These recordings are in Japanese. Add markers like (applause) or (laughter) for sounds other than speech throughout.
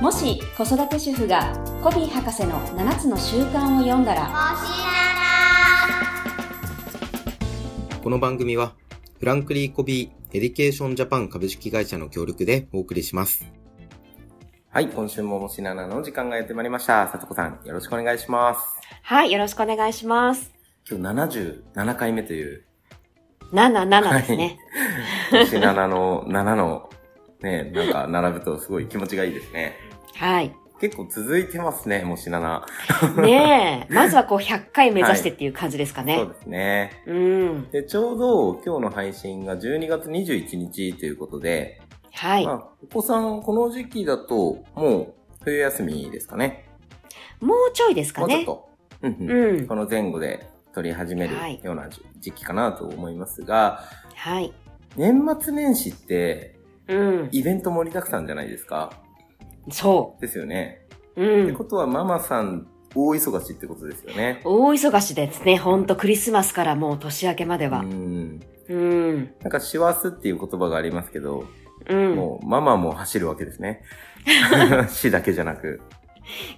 もし子育て主婦がコビー博士の7つの習慣を読んだらこの番組は、フランクリー・コビー・エディケーション・ジャパン株式会社の協力でお送りします。はい、今週ももしななの時間がやってまいりました。さとこさん、よろしくお願いします。はい、よろしくお願いします。今日77回目という、 77ですね。もしななの7の、 (laughs) ね、なんか並ぶとすごい気持ちがいいですね。はい。結構続いてますね、もしなな。ねえ、まずはこう100回目指してっていう感じですか (laughs) ね。そうですね。うん。で、ちょうど今日の配信が12月21日ということで、はいま。あ、お子さん、この時期だと、もう、冬休みですかね。もうちょいですかもうちょっね。と、うんうんうんこ。の前後で取り始めるはいような時時期かなと思いますが、はい。年末年始って、うん。イベント盛りだくさんじゃないですか。そですよね。う。っうてん。ことは、ママさん、大忙しってことですよね。大忙しですね。ほんとクリスマスからもう年明けまではう。ん。うん。なんか、師走っていう言葉がありますけど、うん。もう、ママも走るわけで (laughs) すね。死だけじゃなく。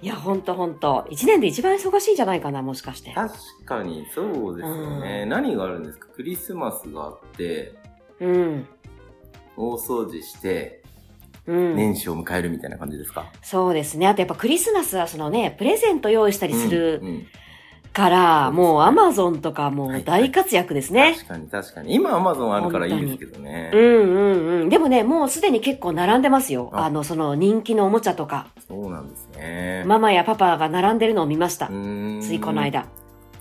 いや、ほんとほんと。一年で一番忙しいんじゃないかな、もしかして。確かにそうですよね、う何があるんですかクリスマスがあってうん。大掃除してうん。年始を迎えるみたいな感じですか、そうですね。あとやっぱクリスマスはそのね、プレゼント用意したりするうんうんから、うんもうアマゾンとかもう大活躍ですね。確かに確かに今アマゾンあるからいいですけどねうんうんうん。でもね、もうすでに結構並んでますよ。ああの、その人気のおもちゃとか、そうなんですね、ママやパパが並んでるのを見ましたう。ーんついこの間。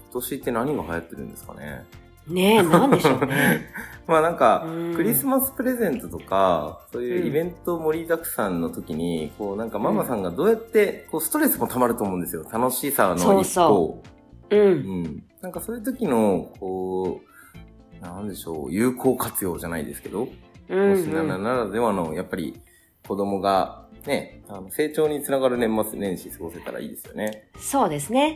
今年って何が流行ってるんですかねねえ、なんでしょうね。まあなんかうん (laughs) クリスマスプレゼントとかそういうイベント盛りだくさんの時にこうなんかママさんがどうやってこうストレスもたまると思うんですよ楽しさの一方そうそうん。うん。なんかそういう時の、こう、なんでしょう、有効活用じゃないですけど、うもん、しなう。なんならではの、やっぱり子供が、ね、あの成長につながる年末年始過ごせたらいいですよね。そうですうね。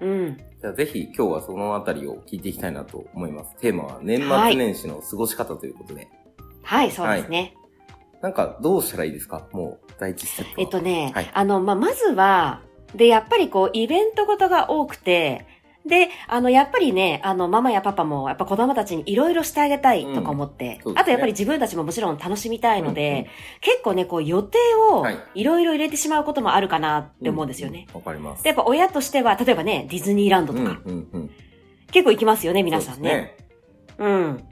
んうんうん。じゃあぜひ今日はそのあたりを聞いていきたいなと思います。テーマは年末年始の過ごし方ということで。はい、そうですね。なんかどうしたらいいですかもう第一ステップえは。っとね、はいあの、まあ、まずは、で、やっぱりこう、イベントごとが多くて、で、あの、やっぱりね、あの、ママやパパも、やっぱ子供たちにいろいろしてあげたいとか思って、うんそうですねあとやっぱり自分たちももちろん楽しみたいので、うんうん結構ね、こう、予定をはいいろいろ入れてしまうこともあるかなって思うんですよね。う。わかります。で、やっぱ親としては、例えばね、ディズニーランドとか、うんうん。結構行きますよね、皆さんね。そううん。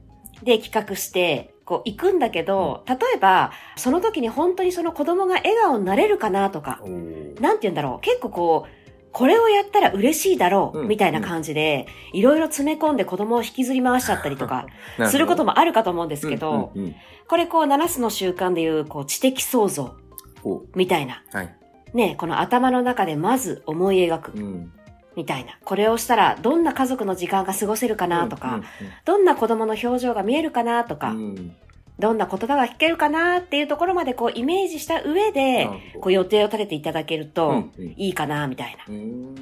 で、企画して、こう、行くんだけど、例えば、その時に本当にその子供が笑顔になれるかなとか、ですね。おーなんて言うんだろう、結構こう、これをやったら嬉しいだろうう、んみたいな感じで、いろいろ詰め込んで子供を引きずり回しちゃったりとか、することももあるかと思うんですけど、うんうんうんこれこう、7つの習慣でいう、こう、知的創造、おみたいな。はい。ね、この頭の中でまず思い描くう、ん。みたいな。これをしたら、どんな家族の時間が過ごせるかなとか、うんうんうんどんな子供の表情が見えるかなとか、うんどんな言葉が聞けるかなっていうところまでこう、イメージした上で、こう、予定を立てていただけるうと、んうんいいかな、みたいな。うーん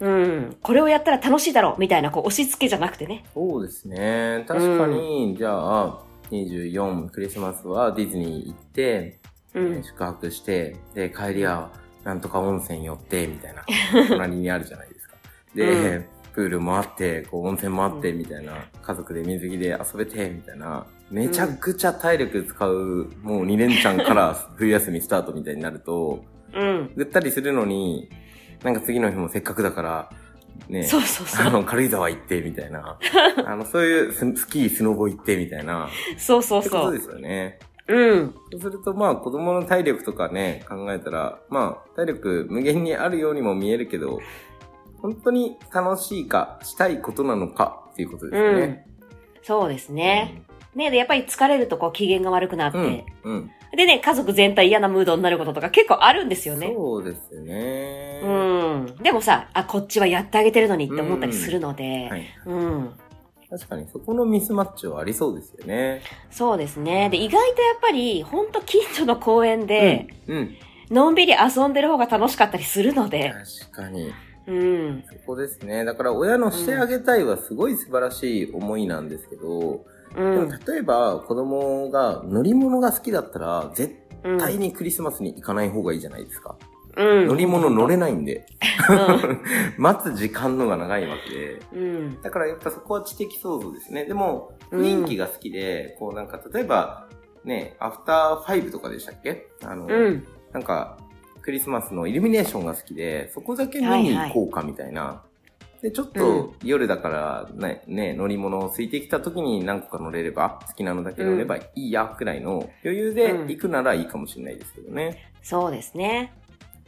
うん、これをやったら楽しいだろうみたいなこう押し付けじゃなくてね。そうですね確かに、じゃあ24クリスマスはディズニー行って、うん、宿泊してで帰りはなんとか温泉寄ってみた (laughs) いな隣にあるじゃないですかで、うプールもあってこう温泉もあってみたいな家族で水着で遊べてみたいなめちゃくちゃ体力使う、もう2連チャン (laughs) から冬休みスタートみたいになるとうん、ぐったりするのに、なんか次の日もせっかくだから、ね、そうそうそあう、の、軽井沢行って、みた (laughs) いな。あの、そういうススキー、スノボ行って、みたいな。そうそうってこそとう、ですよね。うん、そうすると、まあ、子供の体力とかね、考えたら、まあ、体力無限にあるようにも見えるけど、本当に楽しいか、したいことなのか、っていうことですようね。ん、そうですね。ねでやっぱり疲れるとこう機嫌が悪くなって、うん。うん。うん。でね家族全体嫌なムードになることとか結構あるんですよね。そうですね。うはん、でもさあこっちはやってあげてるのにって思ったりするので、い。うん、確かに、そこのミスマッチはありそうですよね。そうですね。で意外とやっぱり本当近所の公園で、うん。うん。のんびり遊んでる方が楽しかったりするので、確かに。うん、そこですね。だから親のしてあげたいはすごい素晴らしい思いなんですけど、うでもん、例えば子供が乗り物が好きだったら絶うん対にクリスマスに行かない方がいいじゃないですか。うん。乗り物乗れないんで。 (laughs) う待つ時間のが長いわけで。ん。うん。だからやっぱそこは知的想像ですね。でも、雰囲気が好きで、こうなんか例えば、ね、アフターファイブとかでしたっけあの、うん。なんか、クリスマスのイルミネーションが好きで、そこだけ見に行こうかみたいな。で、ちょっと夜だからね、ね、乗り物を空いてきた時に何個か乗れれば、好きなのだけ乗ればいいや、くらいの余裕でうん行くならいいかもしれないですけどね。そうですね。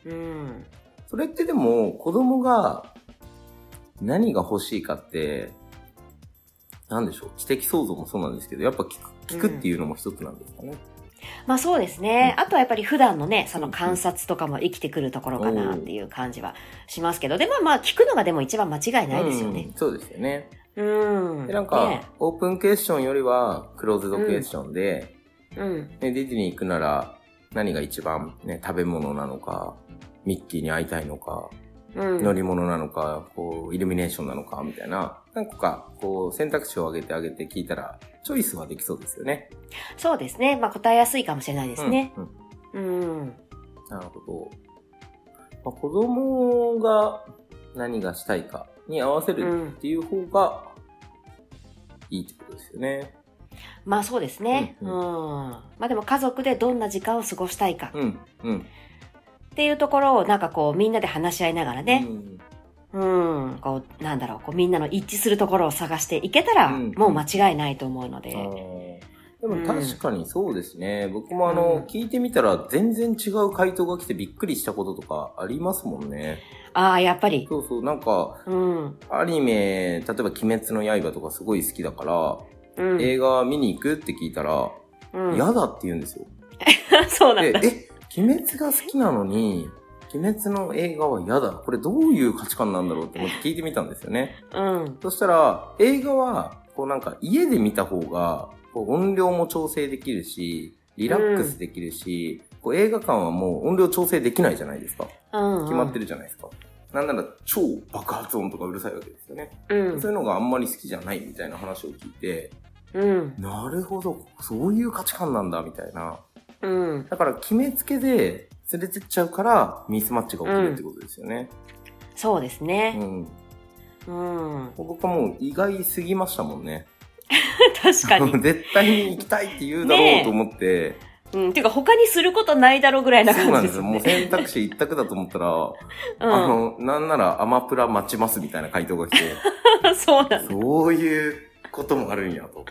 うん。それってでも、子供が何が欲しいかって、なんでしょう、知的想像もそうなんですけど、やっぱ聞く聞くっていうのも一つなんですかね。まあそうですね。うあとはやっぱり普段のね、その観察とかも生きてくるところかなっていう感じはしますけど、でもまあ聞くのがでも一番間違いないですよねうん。そうですよね。うん。で、なんか、ねオープンクエスチョンよりは、クローズドクエスチョンで、うん。ねディズニー行くなら、何が一番、ね、食べ物なのか、ミッキーに会いたいのか、うん。乗り物なのか、こう、イルミネーションなのか、みたいな、何個か、こう、選択肢を上げてあげて聞いたら、チョイスはできそうですよね。そうですね。まあ答えやすいかもしれないですね。うん。うんうん。なるほど。まあ、子供が何がしたいかに合わせうるんっていう方が、いいってことですよね。まあそうですね。ううんん。うまあでも家族でどんな時間を過ごしたいかうん、うん。っていうところをなんかこうみんなで話し合いながらねう、んうん、こうなんだろう、こうみんなの一致するところを探していけたら、うんもう間違いないと思うので。あーでうもん確かにそうですね。僕もあの、うん聞いてみたら全然違う回答が来てびっくりしたこととかありますもんね。ああ、やっぱり。そうそう、なんか、うん。アニメ、例えば鬼滅の刃とかすごい好きだから、うん。映画見に行くって聞いたら、うん嫌、だって言うんですよ。 (laughs) そうなんだ。で、え、鬼滅が好きなのに、鬼滅の映画は嫌だ。これどういう価値観なんだろうって思って聞いてみたんですよね。うん。そしたら、映画は、こうなんか家で見た方が、こう音量も調整できるし、リラックスできるし、こう映画館はもう音量調整できないじゃないですか。うん。決まってる。るじゃないですか。なんなら超爆発音とかうるさいわけですよね。うんそう。いうのがあんまり好きじゃないみたいな話を聞いて、うん。なるほど、そういう価値観なんだみたいな。うん。だから決めつけで連れてっちゃうからミスマッチが起きるってことですよね。そうですね。うん。うん。僕はもう意外すぎましたもんね。確かに。 (laughs) 絶対に行きたいって言うだろうと思って、うん。ていうか他にすることないだろうぐらいなそうな感んじでですす (laughs) よ。ね。もう選択肢一択だと思ったら、あうの、なんならアマプラ待ちますみたいな回答が (laughs) 来て、ん。そうなんだ。そういうこともあるんやと。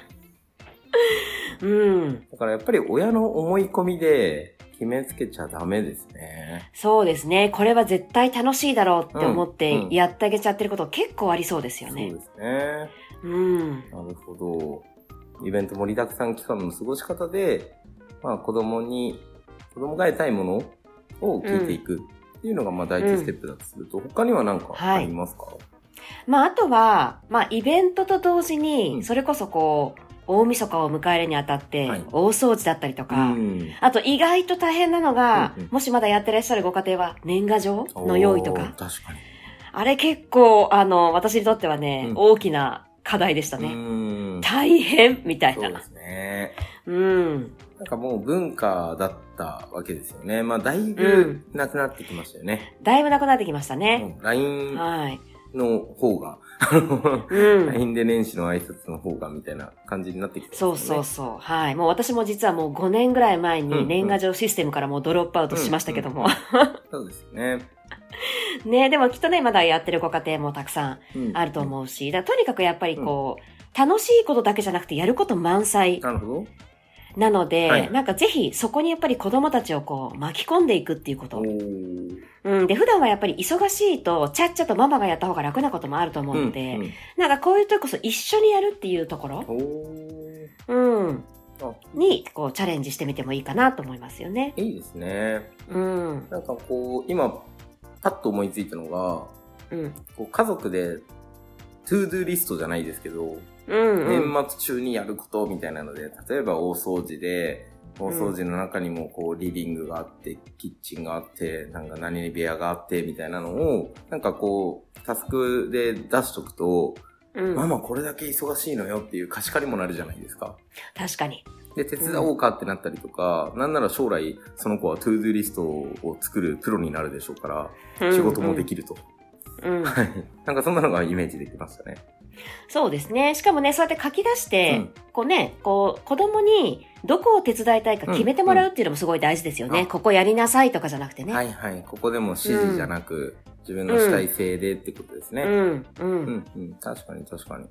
うん。だからやっぱり親の思い込みで決めつけちゃダメですね。そうですね。これは絶対楽しいだろうって思っうんうんてやってあげちゃってること結構ありそうですよそうね。ですね。うん。なるほど。イベント盛りだくさん期間の過ごし方で、まあ子供に、子供が得たいものを聞いていくっていうのがまあ第一ステップだとすると、他には何かありますか、まあ、あとは、まあ、イベントと同時うんに、それこそこう、大晦日を迎えるにあたってはい、大掃除だったりとか、ん、あと意外と大変なのが、うんうんもしまだやってらっしゃるご家庭は年賀状の用意とか、おー。確かに。あれ結構、あの、私にとってはね、うん大きな課題でしたうね。ーん。大変みたいそうでな。すね。うん。なんかもう文化だったわけですよね。まあだいうぶんなくなってきましたよね。だいぶなくなってきましたね。もう LINE はい。の方が、あのうん。 LINE で年始の挨拶の方がみたいな感じになってきてますそようね。そうそう。はい。もう私も実はもう5年ぐらい前に年賀状システムからもうドロップアウトしましたけども。そうですよね。ねでもきっとね、まだやってるご家庭もたくさんうんあると思うし、だからとにかくやっぱりこう、楽しいことだけじゃなくてやること満載なるほど。なので、はいなんかぜひそこにやっぱり子供たちをこう巻き込んでいくっていうことお。ーうん。で、普段はやっぱり忙しいと、ちゃっちゃとママがやった方が楽なこともあると思うので、うんうんなんかこういうとこそ一緒にやるっていうところ、おーうん。あに、こうチャレンジしてみてもいいかなと思いますよね。いいですね。うん。なんかこう、今、パッと思いついたのが、うん。こう家族で、トゥードゥーリストじゃないですけど、うん、うん。年末中にやることみたいなので、例えば大掃除で、大掃除の中にもこうリビングがあって、キッチンがあって、なんか何々部屋があってみたいなのを、なんかこう、タスクで出しとくと、うんママこれだけ忙しいのよっていう貸し借りもなるじゃないですか。確かに。で、手伝おうかってなったりとか、なんなら将来、その子はトゥードゥーリストを作るプロになるでしょうから、仕事もでききると。る。うんはい。なんかそんなのがイメージできましたね。そうですね。しかもね、そうやって書き出して、うんこうね、こう、子供にどこを手伝いたいか決めてもらうっていうのもすごい大事ですよね。うんうんここやりなさいとかじゃなくてね。はいはい。ここでも指示じゃなく、自分の主体性でってことですね。うん、う、うんんうん、確かに確かに。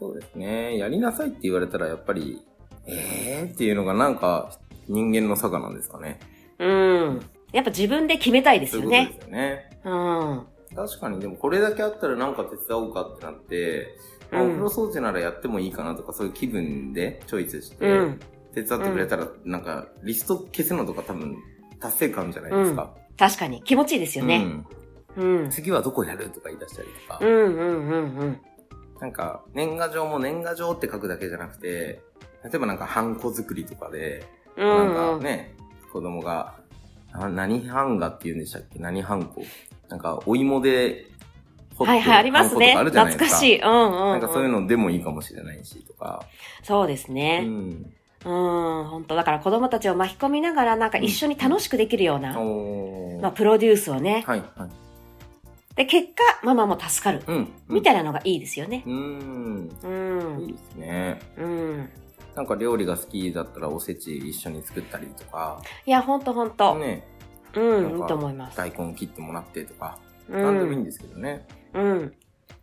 そうですね。やりなさいって言われたらやっぱり、えーっていうのがなんか人間の差がなんですかね。うん。やっぱ自分で決めたいですそうよいうことでね。すよね。うん。確かに、でもこれだけあったらなんか手伝おうかってなって、まあうおん風呂掃除ならやってもいいかなとかそういう気分でチョイスして、うん。手伝ってくれたらなんかリスト消すのとか多分達成感じゃないですか。確かに。気持ちいいですよね。うん。うんうん、、次はどこやるとか言い出したりとか。うん、うん、うん。なんか、年賀状も年賀状って書くだけじゃなくて、例えばなんか、ハンコ作りとかで、うなんんかね、子供が、あ何ハンガって言うんでしたっけ何ハンコなんか、お芋で掘はいはい、ありますね。ハンコとかあるじゃな懐いでかすか。しい。うん、うん。なんかそういうの。のでもいいかもしれないし、とか。そうですうね。ん。うん、本当だから子供たちを巻き込みながら、なんか一緒に楽しくできるような、おーまあ、プロデュースをね。はい、はい。で、結果、ママも助かる。うん。うんみたいなのがいいですよね。うん。ういん。いですね。うん。なんか料理が好きだったらおせち一緒に作ったりとか、いや、ほんとほんと。ね、うん、いないんかと思います。大根切ってもらってとか、うなんでもいいんん。ですけどね。うん。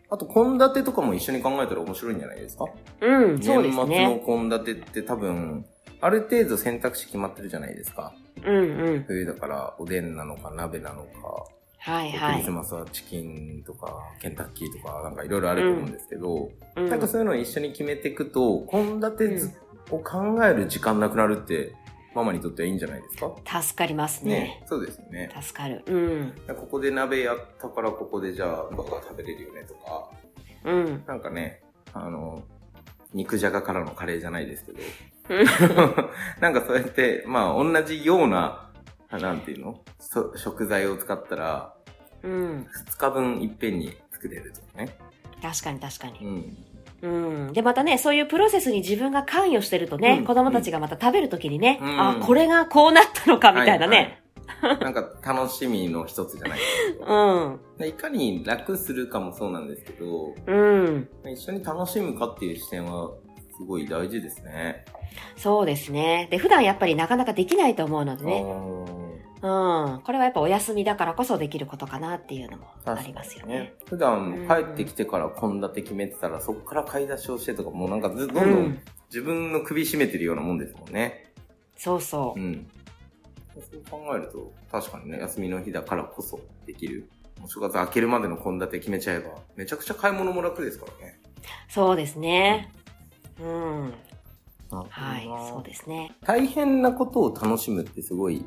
あと、献立とかも一緒に考えたら面白いんじゃないですかうん、そうですね。年末の献立って多分、ある程度選択肢決まってるじゃないですか。うんうん。冬だから、おでんなのか、鍋なのか、はいクはリスい。マスはチキンとか、ケンタッキーとか、なんかいろいろあると思うんですけど、うなんかそういうのを一緒に決めていくと、献立ずを考える時間なくなるって、ママにとってはいいんじゃないですか助かりますねね。そうですよね。助かる。うん。ここで鍋やったから、ここでじゃあ、バカ食べれるよねとか、うん。なんかね、あの、肉じゃがからのカレーじゃないですけどうん、 (laughs) なんかそうやって、まあ同じような、あなんていうのそ食材を使ったら、うん。 2日分いっぺんに作れるとかね。確かに確かうに。ん。うん。で、またね、そういうプロセスに自分が関与してるとうねん、子供たちがまた食べるときにね、うんあ、これがこうなったのか、みたいなね。はいはい。なんか楽しみの一つじゃないですうか。ん。でいかに楽するかもそうなんですけど、うん。一緒に楽しむかっていう視点はすごい大事ですね。そうですね。で、普段やっぱりなかなかできないと思うのでね。ね。うん。これはやっぱお休みだからこそできることかなっていうのもありますよね。普段帰ってきてから献立決めてたら、そこから買い出しをしてとか、もうなんかずどんどうんん。自分の首絞めてるようなもんですもんね。そうそうう。ん。そう考えると、確かにね、休みの日だからこそできる。もう正月明けるまでの献立決めちゃえば、めちゃくちゃ買い物も楽ですからね。そうですね。うん。はい。そうす。ですね。大変なことを楽しむってすごい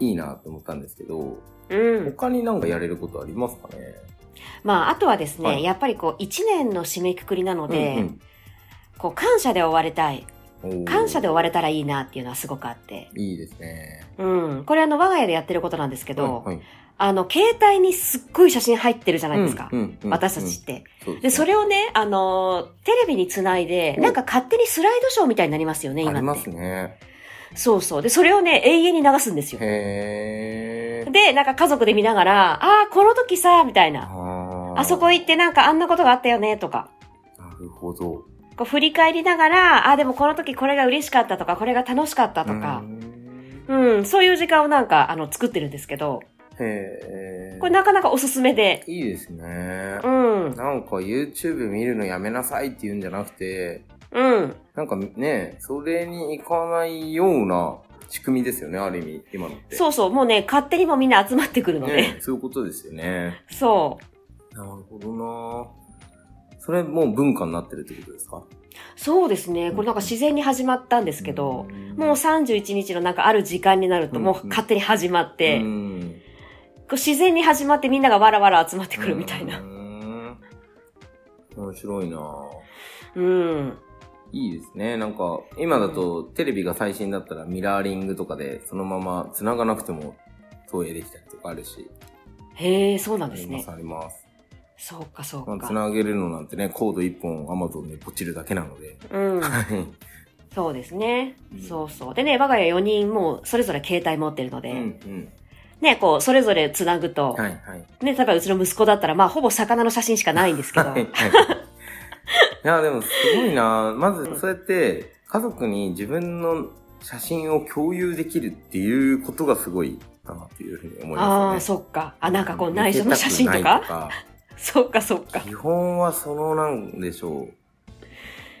いいなと思ったんですけど、うん。他になんかやれることありますかねまあ、あとはですね、はいやっぱりこう、一年の締めくくりなので、うんこう、感謝で終われたい。うんおー感謝で終われたらいいなっていうのはすごくあって。いいですね。うん。これあの、我が家でやってることなんですけど、はいはいあの、携帯にすっごい写真入ってるじゃないですか。うんうんうん私たちって。そうですねで、それをね、あのーテレビにつないで、おなんか勝手にスライドショーみたいになりますよね、あり今まってす。ね。そうそう。で、それをね、永遠に流すんですよ。へー。で、なんか家族で見ながら、ああー、この時さ、みたいな。あーあそこ行ってなんかあんなことがあったよね、とか。なるほど。こう振り返りながら、ああ、でもこの時これが嬉しかったとか、これが楽しかったとかう。んうん、そういう時間をなんか、あの、作ってるんですけど、へー。これなかなかおすすめで。いいですねう。ん、なんか YouTube 見るのやめなさいって言うんじゃなくて、うん。なんかね、それに行かないような仕組みですよね、ある意味、今のって。そうそう、もうね、勝手にもうみんな集まってくるので。ね、そういうことですよね。そう。なるほどなそれもう文化になってるってことですかそうですね。これなんか自然に始まったんですけど、んもう31日のなんかある時間になるとうんもう勝手に始まって、うんこう自然に始まってみんながわらわら集まってくるみたいうな。ん。面白いなぁうん。いいですね。なんか、今だとテレビが最新だったらミラーリングとかでそのまま繋がなくても投影できたりとかあるし。へえ、そうなんあでりすまねす、。あります。そうか、そうまあか。繋げるのなんてね、コード1本 Amazon でポチるだけなので。うん。はい。そうですね、うんそうそう。でね、我が家4人もうそれぞれ携帯持ってるので、うんうん。ね、こう、それぞれ繋ぐと、はいはい。ね、例えばうちの息子だったら、まあ、ほぼ魚の写真しかないんですけど、 (laughs) はいはい。いや、でもすごいなまず、そうやって、家族に自分の写真を共有できるっていうことがすごいなっていうふうに思いああー、ますよね。そっか。あ、なんかこう、内緒の写真と見せたくかないかそっか、そっか。基本はそのなんでしょう。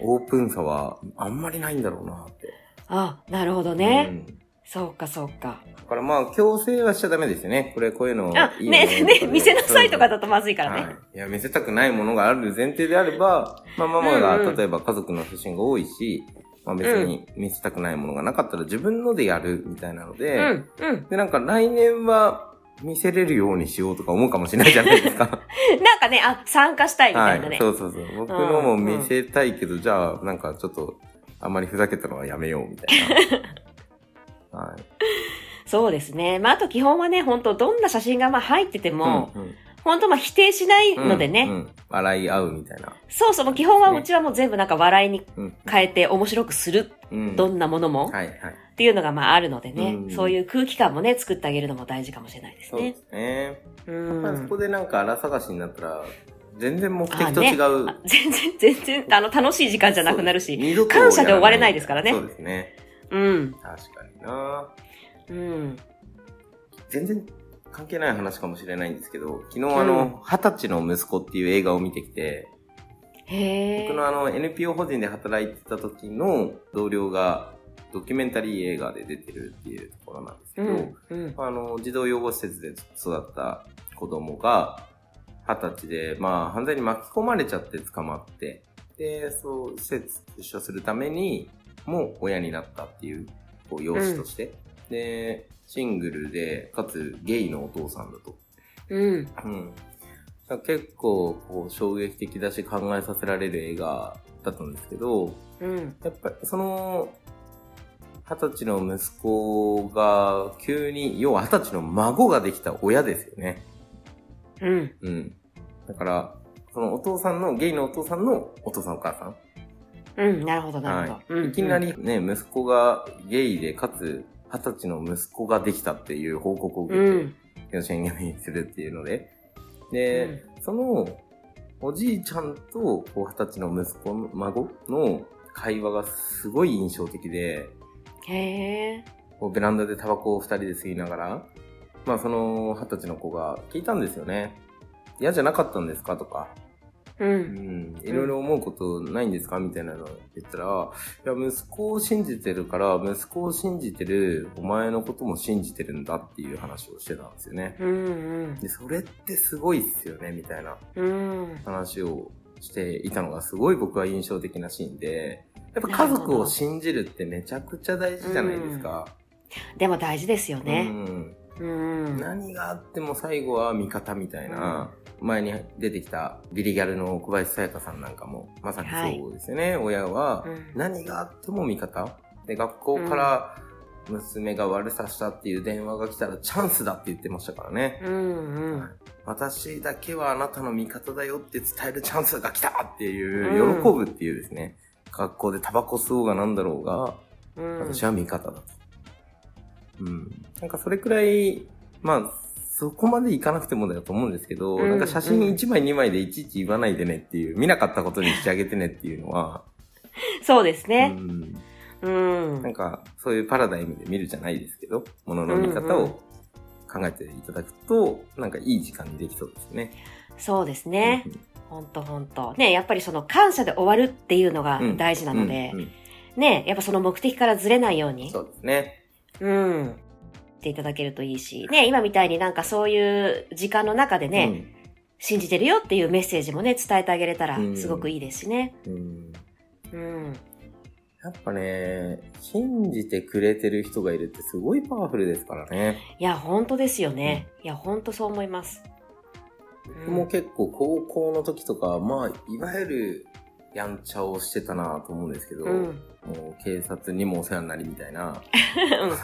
オープンさはあんまりないんだろうなって。あ、なるほどね。うんそうか、そうか。だからまあ強制はしちゃダメですよね。これこういうのあ、いいね、ね、見せなさいとかだっとまずいかたらね。はい、いや、見せたくないものがある前提であれば、まあママうんうがん例えば家族の写真が多いし、まあ別に見せたくないものがなかったら自分のでやるみたいなので、うん、うん。でなんか来年は見せれるようにしようとか思うかもしれないじゃないですか。 (laughs) なんかね、あ、参加したいみたいなね。そうそうそう。僕のも見せたいけど、じゃあ、なんかちょっと、あんまりふざけたのはやめようみたい (laughs) な。はい。そうですね。まあ、あと基本はね、本当どんな写真がまあ入ってても、うん本当まあ否定しないのでね。うんうん笑い合うみたいな。そうそう、もう基本はそううですちはもう全部なんか笑いにうん。変えて面白くする、うんどんなものも、はいはい。っていうのがまああるのでね、うんそういう空気感もね、作ってあげるのも大事かもしれないですそうでね。すね。うまあそん。こでなんか荒探しになったら、全然目あ的とね違う。あ全然、全然、あの、楽しい時間じゃなくなるそうし。二度と感謝で終われないですからねそうですね。うん。確かになうん。全然関係ない話かもしれないんですけど、昨日あの、二十歳の息子っていう映画を見てきて、へえ。僕のあの NPO 法人で働いてた時の同僚がドキュメンタリー映画で出てるっていうところなんですけうど、ん。うん。あの児童養護施設で育った子供が二十歳で、まあ、犯罪に巻き込まれちゃって捕まってでそう施設出所するためにもう親になったっていうこう養子として、でシングルでかつゲイのお父さんだと。うん。うん、だから結構こう衝撃的だし考えさせられる映画だったんですけどうん。やっぱりその二十歳の息子が急に要は二十歳の孫ができた親ですよね。うん。うん、だからそのお父さんのゲイのお父さんのお父さんお母さんうん。なるほど、なるほど。うんいきな。りね、息子がゲイで、かつ、二十歳の息子ができたっていう報告を受うけて、ん。養子縁組にするっていうので。で、その、おじいちゃんと、こう、二十歳の息子の、孫の会話がすごい印象的で、へえ。こうベランダでタバコを二人で吸いながら、まあ、その二十歳の子が聞いたんですよね。嫌じゃなかったんですかとか、う。うんん、いろいろ思うことないんですかみたいなのを言ったら、いや、息子を信じてるから、息子を信じてる、お前のことも信じてるんだっていう話をしてたんですよね。うん。で、それってすごいっすよね、みたいなうん。うん。話をしていたのが、すごい僕は印象的なシーンで、やっぱ家族を信じるってめちゃくちゃ大事じゃないですか。でも大事ですようね。んうん。何があっても最後は味方みたいな、前に出てきたビリギャルの小林さやかさんなんかもまさにそうですよね、親はうん何があっても味方で学校から娘が悪さしたっていう電話が来たらチャンスだって言ってましたからね、うんうんはい。私だけはあなたの味方だよって伝えるチャンスが来たっていう喜ぶっていうですね、学校でタバコ吸おうがなんだろうがうん私は味方だと。うん。なんかそれくらい、まあ、そこまでいかなくてもだと思うんですけど、うんなんか写真1枚2枚でいちいち言わないでねっていう、見なかったことにしてあげてねっていうのは、そうですうね。ん。うん。なんかそういうパラダイムで見るじゃないですけど、ものの見方うんうんを考えていただくと、なんかいい時間にできそうですね。そうですね。ほんとほんと。ね、やっぱりその感謝で終わるっていうのが大事う。なんのでうん、うんね、やっぱその目的からずれないようにそ、うですね。うん。っていただけるといいし、ね、今みたいになんかそういう時間の中でね、信じてるよっていうメッセージもね、伝えてあげれたらうんすごくいいですしね。うん。うんうん。やっぱね、信じてくれてる人がいるってすごいパワフルですからね。いや、ほんとですよね。いや、ほんとそう思います。僕も結構高校の時とか、まあ、いわゆるやんちゃをしてたなと思うんですけど、うん。もう警察にもお世話になりみたいな、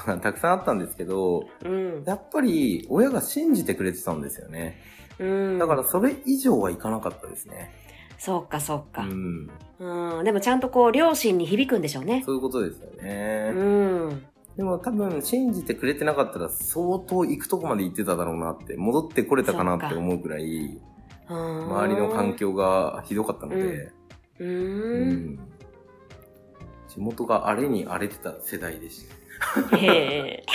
うん (laughs) たくさんあったんですけど、うん。やっぱり親が信じてくれてたんですよね。うん。だからそれ以上はいかなかったですね。そうか、そううか。ん。うん。でもちゃんとこう、両親に響くんでしょうね。そういうことですよね。うん。でも多分信じてくれてなかったら相当行くとこまで行ってただろうなって、戻ってこれたかなって思うくらい、周周りの環。境がひどかったので、ううんん。地元が荒れに荒れてた世代でした。 (laughs) へえ。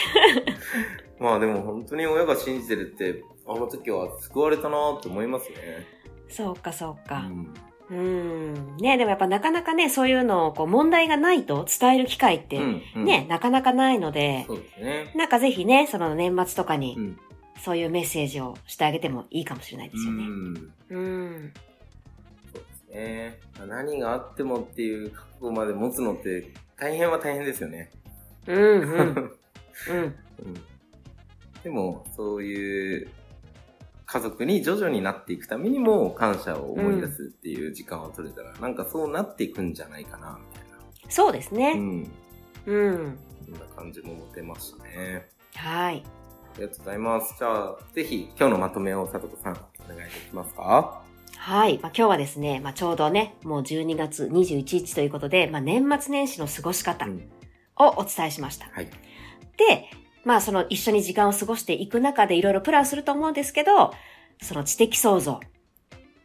まあでも本当に親が信じてるって、あの時は救われたなって思いますね。そうか、そううか。んうん。ねでもやっぱなかなかね、そういうのをこう、問題がないと伝える機会って、うんうんね、なかなかないので、そうですね。なんかぜひね、その年末とかにう、ん。そういうメッセージをしてあげてもいいかもしれないですようね。んうん。そうですね。まあ何があってもっていう覚悟まで持つのって大変は大変ですよね。うん、うん、うん。うんでも、そういう家族に徐々になっていくためにも感謝を思い出すっていう時間を取れたら、なんかそうなっていくんじゃないかな、み (laughs) そうですたいな。ね。うん。うん。そんな感じも持てましたね。はい。ありがとうございます。じゃあ、ぜひ今日のまとめをさとこさん、お願いできますかはい。まあ、今日はですね、まあ、ちょうどね、もう12月21日ということで、まあ、年末年始の過ごし方うんをお伝えしました。はい。で、まあ、その一緒に時間を過ごしていく中でいろいろプランすると思うんですけど、その知的創造。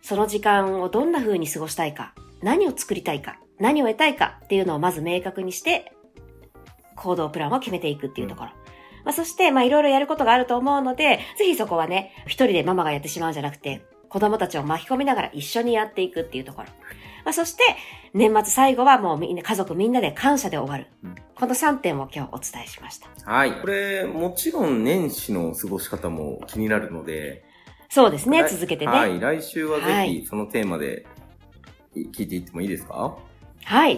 その時間をどんな風に過ごしたいか、何を作りたいか、何を得たいかっていうのをまず明確にして、行動プランを決めていくっていうところ。まあ、そして、まあ、いろいろやることがあると思うので、ぜひそこはね、一人でママがやってしまうんじゃなくて、子供たちを巻き込みながら一緒にやっていくっていうところ。まあ、そして、年末最後はもうみんな、家族みんなで感謝で終わるうん。この3点を今日お伝えしました。はい。これ、もちろん年始の過ごし方も気になるので、そうですね、来続けてね。ははい。い。来週ははぜいひそのテーマでい聞いていってもいいですか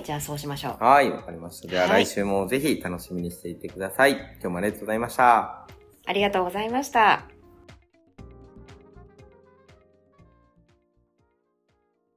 じゃあそうしましょう。はい、わかりました。でははい来週もぜひ楽しみにしていてください。今日もありがとうございました。ありがとうございました。